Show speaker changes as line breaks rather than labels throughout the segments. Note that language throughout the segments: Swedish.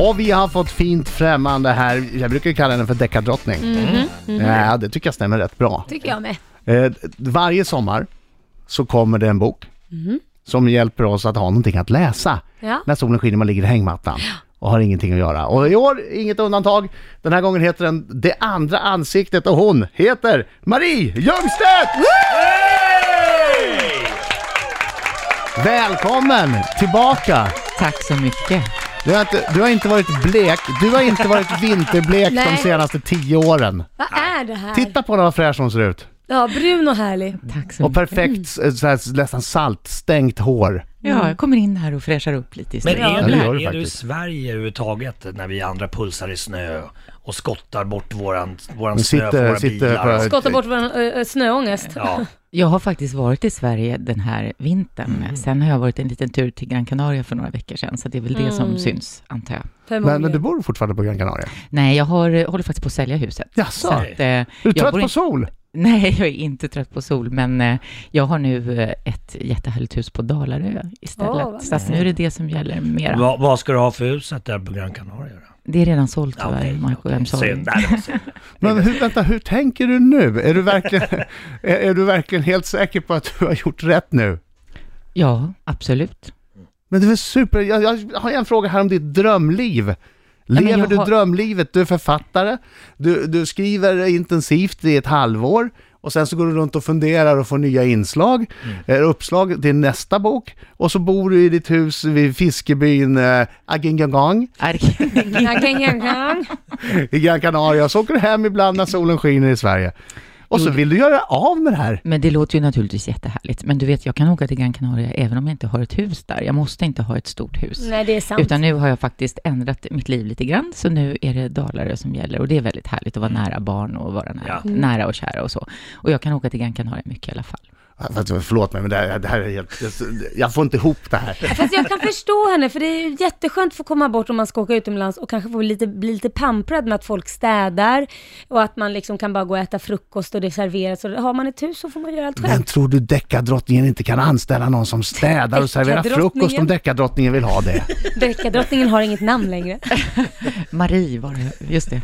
Och vi har fått fint främmande här, jag brukar ju kalla henne för deckardrottning. Mm. Ja, det tycker jag stämmer rätt bra.
Tycker jag med.
Eh, varje sommar så kommer det en bok som hjälper oss att ha någonting att läsa.
Ja.
När solen skiner man ligger i hängmattan och har ingenting att göra. Och i år, inget undantag. Den här gången heter den Det andra ansiktet och hon heter Marie Ljungstedt! Välkommen tillbaka!
Tack så mycket.
Du har, inte, du har inte varit blek, du har inte varit vinterblek de
Nej.
senaste tio åren.
Vad är det här?
Titta på henne vad fräsch hon ser ut.
Ja, brun och härlig.
Tack så
Och
mycket.
perfekt, eh, så här, nästan saltstänkt hår.
Ja, jag kommer in här och fräschar upp lite i
Men
studion.
är,
det
du,
gör du
är du i
faktiskt.
Sverige överhuvudtaget när vi andra pulsar i snö och skottar bort våran, våran
Men
snö
sitter-
från våra
sitter
bilar?
på-
och-
Skotta bort vår äh, snöångest.
Ja,
Jag har faktiskt varit i Sverige den här vintern. Sen har jag varit en liten tur till Gran Canaria för några veckor sedan, så det är väl det
Mm.
som syns, antar jag.
Men, men du
Förmodligen.
bor fortfarande på Gran Canaria?
Nej, jag har, eh, håller faktiskt på att sälja huset.
Jaså?
Så att, eh,
Är du
jag
trött
bor
på
in-
sol?
Nej, jag är inte trött på sol, men eh, jag har nu eh, ett jättehärligt hus på Dalarö istället.
Åh, vad
så att nu är det det som gäller mera.
Vad, vad ska du ha för huset där på Gran Canaria? då?
Det är redan sålt tyvärr,
Okej,
Marco.
okej.
I'm sorry.
Synd, nej, det var synd.
Men hur, vänta, hur tänker du nu? Är du, verkligen, är, är du verkligen helt säker på att du har gjort rätt nu?
Ja, absolut.
Men det är väl super... Jag, jag har en fråga här om ditt drömliv.
men
Lever
jag
du
har-
drömlivet? Du är författare, du, du skriver intensivt i ett halvår och sen så går du runt och funderar och får nya inslag, eh, uppslag till nästa bok och så bor du i ditt hus vid fiskebyn eh, Agingagang
Ark-
Ja, gang, gang, gang.
i Gran Canaria och så åker du hem ibland när solen skiner i Sverige. Och så
Jo, det-
vill du göra av med det här.
Men det låter ju naturligtvis jättehärligt. Men du vet, jag kan åka till Gran Canaria även om jag inte har ett hus där. Jag måste inte ha ett stort hus.
Nej, det är sant.
Utan nu har jag faktiskt ändrat mitt liv lite grann, så nu är det Dalarö som gäller. Och det är väldigt härligt att
Mm.
vara nära barn och vara nära,
Ja.
nära och kära och så. Och jag kan åka till Gran Canaria mycket i alla fall.
Alltså, Förlåt mig, men det här, det här är helt... Jag får inte ihop det här.
Fast jag kan förstå henne, för det är ju jätteskönt att få komma bort om man ska åka utomlands och kanske få lite, bli lite pamprad med att folk städar och att man liksom kan bara gå och äta frukost och det serveras. Och har man ett hus så får man göra allt själv.
Men tror du deckardrottningen inte kan anställa någon som städar och serverar
Deckardrottningen?
frukost om deckardrottningen vill ha
Mm.
det?
Deckardrottningen har inget namn längre.
Marie var det, just det.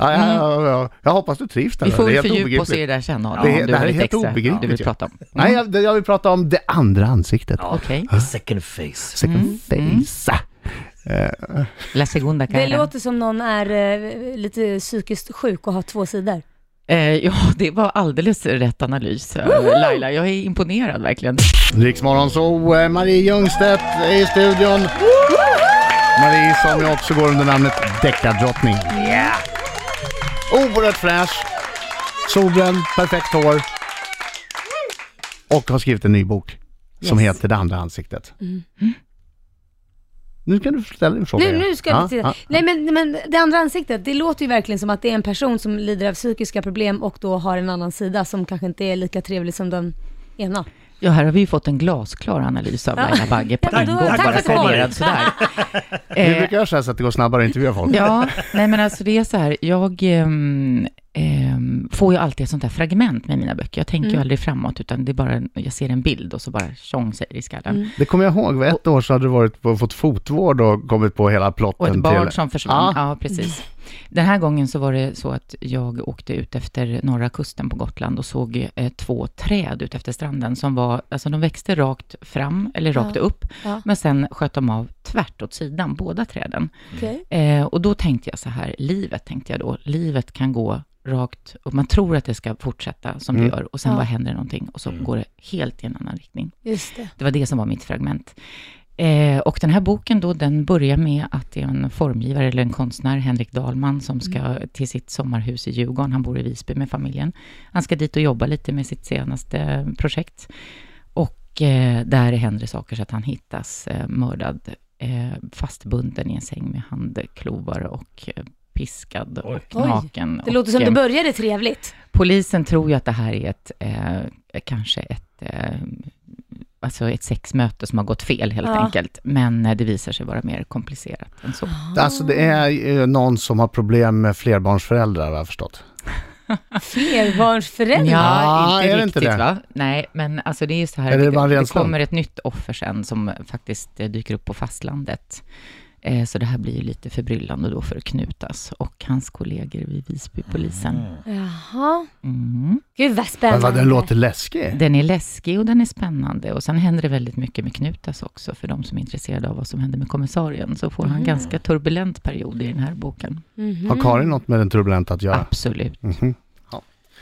Ja, ja, ja, ja. Jag hoppas du trivs där.
Vi får
det är
väl
helt
fördjupa oss
obegripligt.
i det där sen, Adam,
Det är-
om du
det här
har
är
lite
helt
extra du
obegripligt,
vill
ja.
prata om.
Nej, jag, det- jag vill prata om det andra ansiktet.
Ja.
Okej,
Second face.
Second
Mm.
face.
La Segunda
Det
Cara.
låter som någon är eh, lite psykiskt sjuk och har två sidor.
Eh, ja, det var alldeles rätt analys. eh, Laila, jag är imponerad verkligen.
Riksmorgon så eh, Marie Ljungstedt är i studion. Marie som ju också går under namnet Deckardrottning.
Yeah.
Oerhört fräsch, solbränd, perfekt hår och har skrivit en ny bok som
Yes. Mm.
heter Det andra ansiktet. Nu kan du ställa en fråga.
Nu,
igen.
nu ska
Ja,
vi titta.
ja.
Nej men, men det andra ansiktet, det låter ju verkligen som att det är en person som lider av psykiska problem och då har en annan sida som kanske inte är lika trevlig som den ena.
Ja, här har vi ju fått en glasklar analys av Laila Bagge på
Ja,
en
då-
gång.
tack
Bara
för
serverad
svaret.
sådär.
Vi
Eh,
brukar göra så här så att det går snabbare att intervjua folk.
ja, nej men alltså det är så här, jag ehm, ehm, får ju alltid ett sånt här fragment med mina böcker. Jag tänker
Mm.
ju aldrig framåt, utan det är bara, en- jag ser en bild och så bara tjong säger det i skallen.
Mm.
Det kommer jag ihåg, Vid ett år så hade du varit på, fått fotvård och kommit på hela plotten
Och ett barn
till...
som försvann. Ja. precis. Den här gången så var det så att jag åkte ut efter norra kusten på Gotland och såg eh, två träd ut efter stranden som var, alltså de växte rakt fram, eller rakt
Ja.
upp,
Ja.
men sen sköt de av tvärt åt sidan, båda träden.
Mm. Okej.
Eh, och då tänkte jag så här, livet tänkte jag då, livet kan gå rakt, och man tror att det ska fortsätta som det gör, och sen
Ja.
bara händer någonting, och så går det helt i en annan riktning.
Just det.
Det var det som var mitt fragment. Eh, och den här boken då, den börjar med att det är en formgivare, eller en konstnär, Henrik Dahlman, som ska
Mm.
till sitt sommarhus i Djurgården. Han bor i Visby med familjen. Han ska dit och jobba lite med sitt senaste projekt. Och eh, där händer det saker så att han hittas eh, mördad, eh, fastbunden i en säng med handklovar och eh, piskad
Oj.
och
Oj.
naken.
Det låter som
och,
det
eh,
började trevligt.
Polisen tror ju att det här är ett, eh, kanske ett, eh, alltså ett sexmöte som har gått fel helt
Ja.
enkelt. Men eh, det visar sig vara mer komplicerat än så.
Alltså det är eh, någon som har problem med flerbarnsföräldrar har jag förstått.
Flerbarnsförälder.
Ja,
inte
är det
riktigt
inte det?
va? Nej, men alltså det är ju så här,
Eller är det bara en
det,
ren
det kommer ett nytt offer sen som faktiskt eh, dyker upp på fastlandet. Eh, Så det här blir ju lite förbryllande då för Knutas och hans kollegor vid Visbypolisen.
Jaha.
Mm.
Gud vad
Men
spännande.
vad den låter
Mm.
läskig.
Den är läskig och den är spännande. Och sen händer det väldigt mycket med Knutas också, för de som är intresserade av vad som händer med kommissarien, så får han
Mm.
ganska turbulent period i den här boken.
Mhm.
Har Karin något med den turbulenta att
Mm.
göra?
Absolut.
Mhm.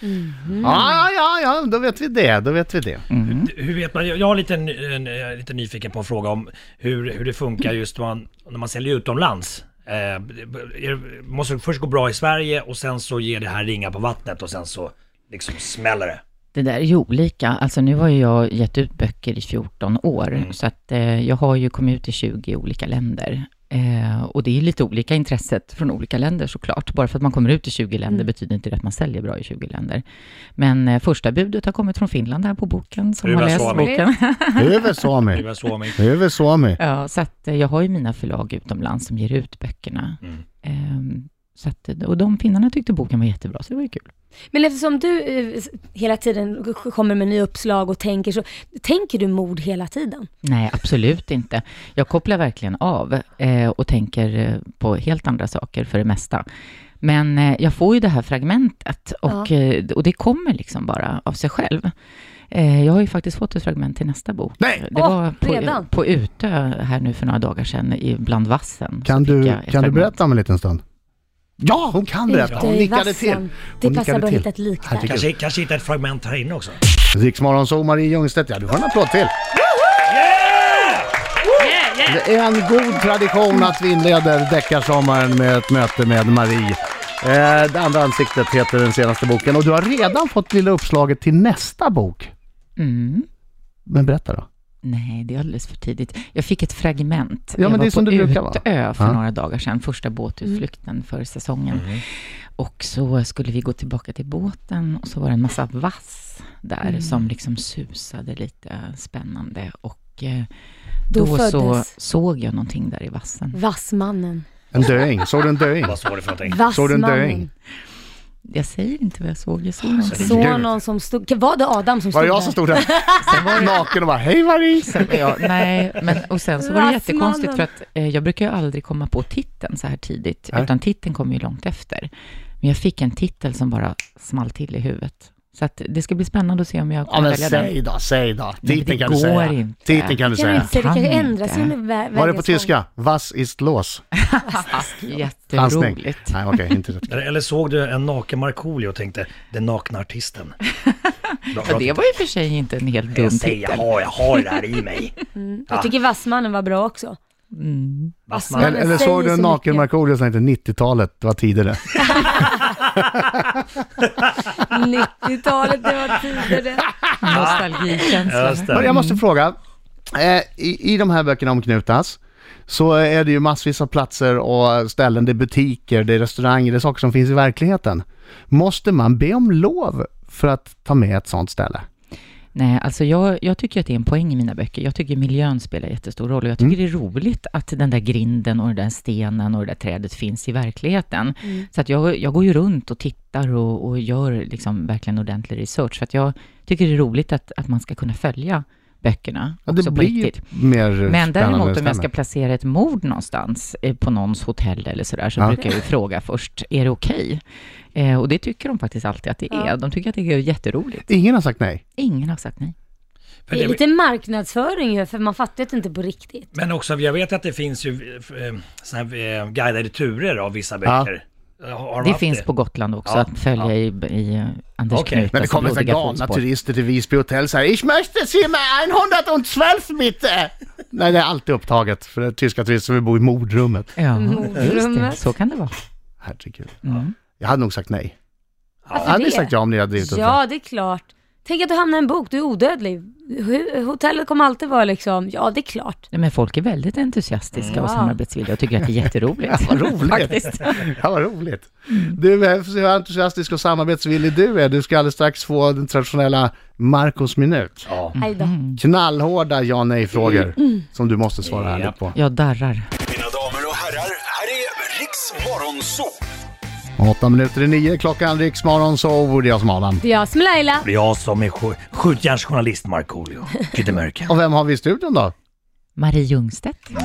Mhm.
Ja, ja, ja, då vet vi det, då vet vi det.
Mm.
Hur vet man? Jag jag har lite, en, en, jag är lite nyfiken på en fråga om hur, hur det funkar just när man, när man säljer utomlands. Eh, är, det- måste det först gå bra i Sverige och sen så ger det här ringa på vattnet och sen så liksom smäller det.
Det där är ju olika. Alltså nu har ju jag gett ut böcker i 14 år,
Mm.
så att eh, jag har ju kommit ut i 20 olika länder. Eh, och det är lite olika intresset från olika länder såklart. Bara för att man kommer ut i 20 länder
Mm.
betyder inte det att man säljer bra i 20 länder. Men eh, första budet har kommit från Finland här på boken, som
Hyvä
har läst
Suomi.
boken.
Över
Det
Sami,
var så mig.
över Sami.
Ja, så att eh, jag har ju mina förlag utomlands som ger ut böckerna.
Mm.
Ehm, så att, och de finnarna tyckte boken var jättebra, så det var ju kul.
Men eftersom du eh, s- hela tiden g- kommer med nya uppslag och tänker så, tänker du mord hela tiden?
Nej, absolut inte. Jag kopplar verkligen av eh, och tänker eh, på helt andra saker för det mesta. Men eh, jag får ju det här fragmentet och, eh, och det kommer liksom bara av sig själv. Eh, jag har ju faktiskt fått ett fragment till nästa bok.
Nej!
Det
Åh,
var på,
redan?
på Utö här nu för några dagar sedan i, bland vassen.
Kan
så fick
du,
jag ett
kan du
fragment.
berätta om en liten stund? Ja, hon kan berätta.
Ute
Hon
i
nickade
vassen.
till.
Det
Hon
passar
nickade
bra att
till.
hitta ett lik där.
Herregud.
Kanske, kanske hitta ett fragment här inne också.
Riksmorgon så Marie Ljungstedt, ja du har en applåd till. Det är en god tradition att vi inleder deckarsommaren med ett möte med Marie. Eh, det andra ansiktet heter den senaste boken och du har redan fått lilla uppslaget till nästa bok.
Mm.
Men berätta då.
Nej, det är alldeles för tidigt. Jag fick ett fragment.
Ja,
jag
men det är
var
som
på
det brukar vara. Mm.
Utö för
Ja.
några dagar sedan, första båtutflykten för säsongen. Och så skulle vi gå tillbaka till båten och så var det en massa vass där
Mm.
som liksom susade lite spännande. Och eh,
Då
då, så
föddes-
såg jag någonting där i vassen.
Vassmannen.
En döing, såg du en döing?
Vad var det för någonting?
Såg du en döing?
Vassmannen.
Jag säger inte vad jag såg,
Ah,
jag såg någonting.
Herregud.
Såg någon som stod, var det Adam som stod
Var det jag
där?
som stod där naken och bara hej Marie?
Sen, ja, nej, men, och sen så var det
Vassmannen.
jättekonstigt för att eh, jag brukar ju aldrig komma på titeln så här tidigt,
Nej.
utan titeln kommer ju långt efter. Men jag fick en titel som bara small till i huvudet. Så att det ska bli spännande att se om jag
Ja
kan
men
välja den.
säg då, säg då.
men det
Titeln kan du
går
säga.
inte.
Titeln kan du
Kan du
säga.
inte säga, det
Kan
kanske
inte.
ändras under vä-
Var det på
vägens gång.
tyska? Was ist los? Dansning.
Jätteroligt.
Nej okej, inte rätt.
Eller, eller såg du en naken Markoolio och tänkte den nakna artisten? Bra,
Ja,
bra
det var i och för sig inte en helt dum
jag säger, jag
titel.
har, jag har det här i mig.
Jag tycker Vassmannen var bra också.
Mm.
Vassman.
Eller,
Vassmannen
eller såg
säger
du en
så
naken
mycket.
Markoolio som hette 90-talet, det var tidigare.
90-talet, det var tidigare.
Nostalgikänsla.
Just
Men
det.
jag måste fråga, eh, i, i de här böckerna om Knutas så är det ju massvis av platser och ställen, det är butiker, det är restauranger, det är saker som finns i verkligheten. Måste man be om lov för att ta med ett sånt ställe?
Nej, alltså jag, jag tycker att det är en poäng i mina böcker. Jag tycker miljön spelar jättestor roll och jag
Mm.
tycker det är roligt att den där grinden och den där stenen och det där trädet finns i verkligheten. Så att jag, jag går ju runt och tittar och, och gör liksom verkligen ordentlig research. För att jag tycker det är roligt att, att man ska kunna följa böckerna
Ja,
också
det
på
blir ju
riktigt.
mer
Men
spännande
däremot om jag ska
ställe.
placera ett mord någonstans, eh, på någons hotell eller sådär, så
Ja.
brukar jag ju fråga först, är det okej? Eh, och det tycker de faktiskt alltid att det är. De tycker att det är jätteroligt.
Ingen har sagt nej.
Ingen har sagt nej.
För
Det är
det,
lite marknadsföring ju, för man fattar det inte på riktigt.
men också, jag vet att det finns ju eh, såna här eh, guidade turer av vissa
Ja.
böcker. Eh, Har- Har de
Det
haft
finns
det?
på Gotland också,
Ja,
att följa
ja.
i, i Anders
Okej.
Knutas
Men det kommer så här
blodiga
galna
fotspår.
turister till Visby hotell så här, Ich möchte se mig 112 bitte! Nej, det är alltid upptaget för det är tyska turister vill bo i mordrummet.
Ja,
Mm.
just det.
Mordrummet.
Så kan det vara.
Herregud.
Mm.
Jag hade nog sagt nej.
Varför
Jag hade
det?
sagt ja om ni hade drivit upp det.
Ja, det är klart. Tänk att du hamnar i en bok, du är odödlig. Hu- Hotellet kommer alltid vara liksom, ja det är klart.
Nej, Men folk är väldigt entusiastiska och
Ja.
samarbetsvilliga och tycker att det är jätteroligt.
Ja, vad roligt.
Faktiskt.
Ja, vad roligt. Du, eh, hur entusiastisk och samarbetsvillig du är. Du ska alldeles strax få den traditionella Marcos minut.
Ja.
Aj då.
Mm. Knallhårda ja
Mm.
nej-frågor som du måste svara
Ja.
ärligt på.
Jag darrar.
Mina damer och herrar, här är Riks Morgonzoo!
Åtta minuter i nio, klockan riksmorgon, så vore jag som Adam.
Det är jag som är Laila.
Det är jag som är skj- skjutjärnsjournalist Markoolio. Kyttemörka.
Och vem har vi i studion då?
Marie Ljungstedt.
Det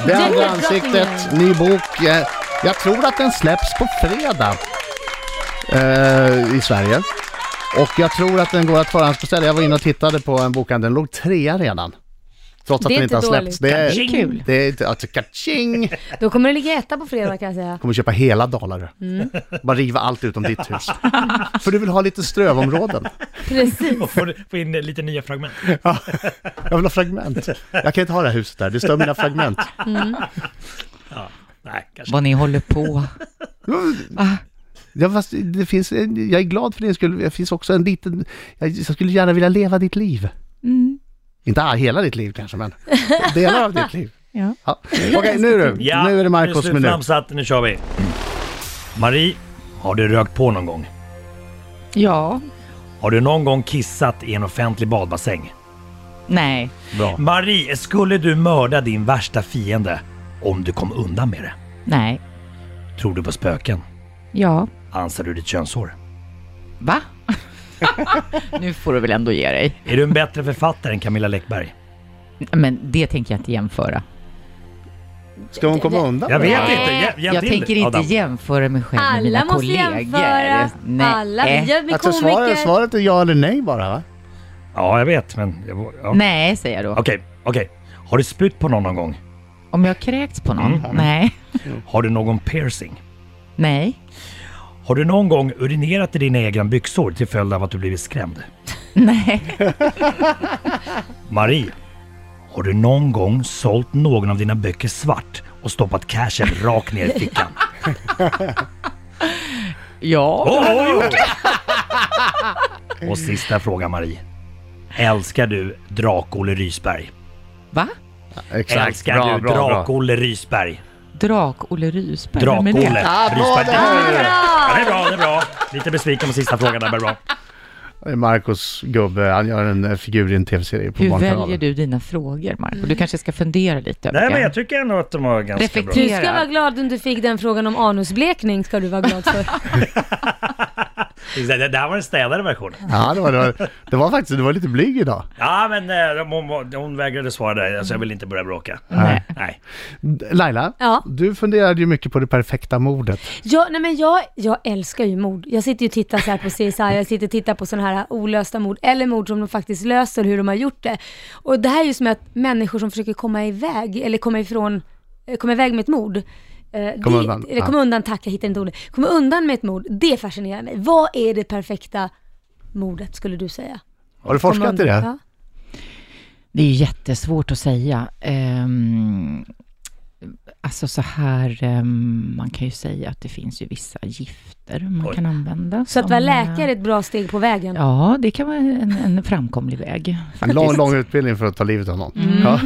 andra
Djungeldrottningen.
ansiktet, ny bok. Eh, Jag tror att den släpps på fredag eh, i Sverige. Och jag tror att den går att förhandsbeställa. Jag var inne och tittade på en bokhandel, den låg trea redan. Trots att
Det är
den inte har
inte
släppts.
dåligt.
Det
Det
är,
är kul.
det är inte, alltså kaching!
Då kommer det ligga etta på fredag kan jag säga.
Kommer köpa hela Dalarö. Bara riva allt utom ditt hus. För du vill ha lite strövområden.
Precis.
Och få, få in lite nya fragment.
Ja, jag vill ha fragment. Jag kan inte ha det här huset där, det stör mina fragment.
Ja, nej, kanske.
Vad ni håller på.
Ja, fast det finns, jag är glad för din skull. Det finns också en liten... Jag, jag skulle gärna vilja leva ditt liv.
Mm.
Inte all- hela ditt liv kanske, men delar av ditt liv.
Ja.
Ja. Okej, nu du.
Ja,
nu är det
nu är
Marcos
slut
minut.
framsatt, nu kör vi. Marie, har du rökt på någon gång?
Ja.
Har du någon gång kissat i en offentlig badbassäng?
Nej.
Bra.
Marie, skulle du mörda din värsta fiende om du kom undan med det?
Nej.
Tror du på spöken?
Ja.
Ansar du ditt könshår?
Va? nu får du väl ändå ge dig.
Är du en bättre författare än Camilla Läckberg?
Men det tänker jag inte jämföra.
Ska hon komma undan?
Jag
med det
vet
här?
inte, hjälp, hjälp
jag
till,
tänker inte
Adam.
jämföra mig själv med mina
Alla måste
kollegor.
jämföra.
Nej. Eh.
Alla. Vi gör med
Alltså, svaret,
komiker.
svaret är ja eller nej bara, va?
Ja, jag vet, men... Jag, ja.
Nej, säger jag då.
Okej, okej. Har du spytt på någon någon gång?
Om jag kräkts på
Mm,
någon? Nej.
Har du någon piercing?
Nej.
Har du någon gång urinerat i dina egna byxor till följd av att du blivit skrämd?
Nej.
Marie, har du någon gång sålt någon av dina böcker svart och stoppat cashen rakt ner i fickan?
Ja.
Åh, oj, oj. och sista frågan Marie. Älskar du Drak-Olle Rysberg?
Va?
Exakt.
Älskar
Bra,
du
bra, bra.
Drak-Olle Rysberg?
Drak-Olle Rysberg? Vem är det?
Drak-Olle
Ah, bra
Rysberg.
där!
Ja, det är bra, det är bra. Lite besviken på sista frågan där, men bra.
Marcos gubbe, han gör en eh, figur i en tv-serie på
Hur
Barnkanalen.
väljer du dina frågor, Marco? Du kanske ska fundera lite över
Nej, men
det.
jag tycker ändå att de var ganska bra.
Du
Reflektera.
ska vara glad om du fick den frågan om anusblekning ska du vara glad för.
Det det här var den städade versionen.
Ja, det var, det, var, det var faktiskt, du var lite blyg idag.
Ja, men eh, de- hon, hon vägrade svara där, så jag vill inte börja bråka.
Nej.
Nej.
Laila,
Ja.
du funderade ju mycket på det perfekta mordet.
Ja, nej men jag, jag älskar ju mord. Jag sitter ju och tittar så här på CSI, jag sitter och tittar på sådana här olösta mord, eller mord som de faktiskt löser, hur de har gjort det. Och det här är ju som att människor som försöker komma iväg, eller komma ifrån, eh, komma iväg med ett mord. eh,
Komma
det,
undan.
Eller komma undan, tack jag hittar inte ordet. Komma undan med ett mord, det fascinerar mig. Vad är det perfekta mordet skulle du säga?
Har du
Komma
forskat i
undan,
det?
Ja.
Det är ju jättesvårt att säga. Ehm, alltså så här, ehm, man kan ju säga att det finns ju vissa gifter man
Oj.
kan använda.
Så att
som,
vara
eh,
läkare är ett bra steg på vägen.
Ja, det kan vara en, en framkomlig väg.
En lång,
faktiskt.
lång utbildning för att ta livet av någon.
Mm.
Ja.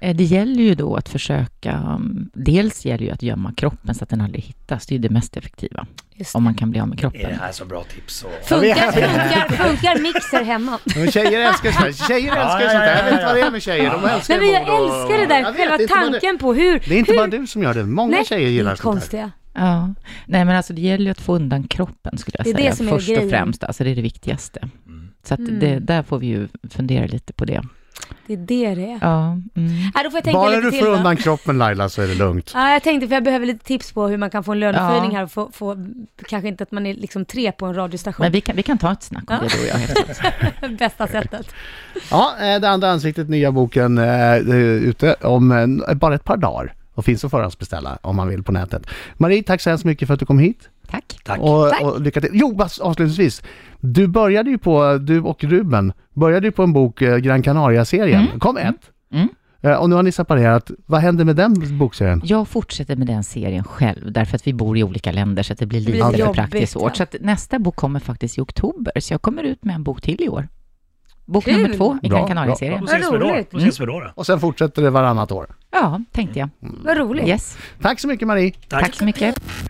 Eh, Det gäller ju då att försöka, mm, dels gäller ju att gömma kroppen så att den aldrig hittas. Det är ju det mest effektiva,
Just det.
om man kan bli av med
Är det
kroppen.
här så bra tips? Och...
Funkar, funkar, funkar mixer hemma?
Men tjejer älskar sånt här. Tjejer älskar sånt
ja,
här.
ja,
Jag vet
ja,
inte vad det är med tjejer. De älskar
Nej men jag
mord och-
älskar det
Jag
där,
vet, det är
själva
inte bara du-
tanken på hur...
Det är inte
hur...
bara du som gör det. Många tjejer gillar
det
sånt här.
konstiga.
Ja. Nej, men alltså det gäller ju att få undan kroppen, skulle jag
Det är
säga,
det som är
först
grejen.
och främst. Alltså det är det viktigaste. Så att
Mm.
det, där får vi ju fundera lite på det.
Det är det det är.
Ja, mm.
Ja, då får jag tänka
Bara
lite
du
till
får
då.
undan kroppen Laila så är det lugnt.
Ja, jag tänkte för jag behöver lite tips på hur man kan få en löneförhöjning
Ja.
här och få, få, kanske inte att man är liksom tre på en radiostation.
Men vi kan, vi kan ta ett snack om
Ja.
det du och jag.
Bästa sättet.
Ja, eh, det andra ansiktet, nya boken eh, eh, ute om eh, bara ett par dagar. Och finns att förhandsbeställa om man vill på nätet. Marie, tack så hemskt mycket för att du kom hit.
Tack.
Tack.
Och,
Tack.
och lycka till. Jo, bas- avslutningsvis. Du började ju på, du och Ruben, började ju på en bok, eh, Gran Canaria-serien. Kom ett.
Mm.
Eh, Och nu har ni separerat. Vad händer med den bokserien?
Jag fortsätter med den serien själv, därför att vi bor i olika länder, så att det blir
blir
lite för
jobbigt,
praktiskt
ja.
svårt. Så att nästa bok kommer faktiskt i oktober, så jag kommer ut med en bok till i år. Bok
Kul.
nummer två
Bra,
i Gran
bra,
Då
Canaria-serien.
ses vi då.
roligt.
Då ses vi då. då.
Och sen fortsätter det varannat år.
Ja, tänkte jag.
Vad roligt.
Yes.
Tack så mycket Marie!
Tack.
Tack så mycket.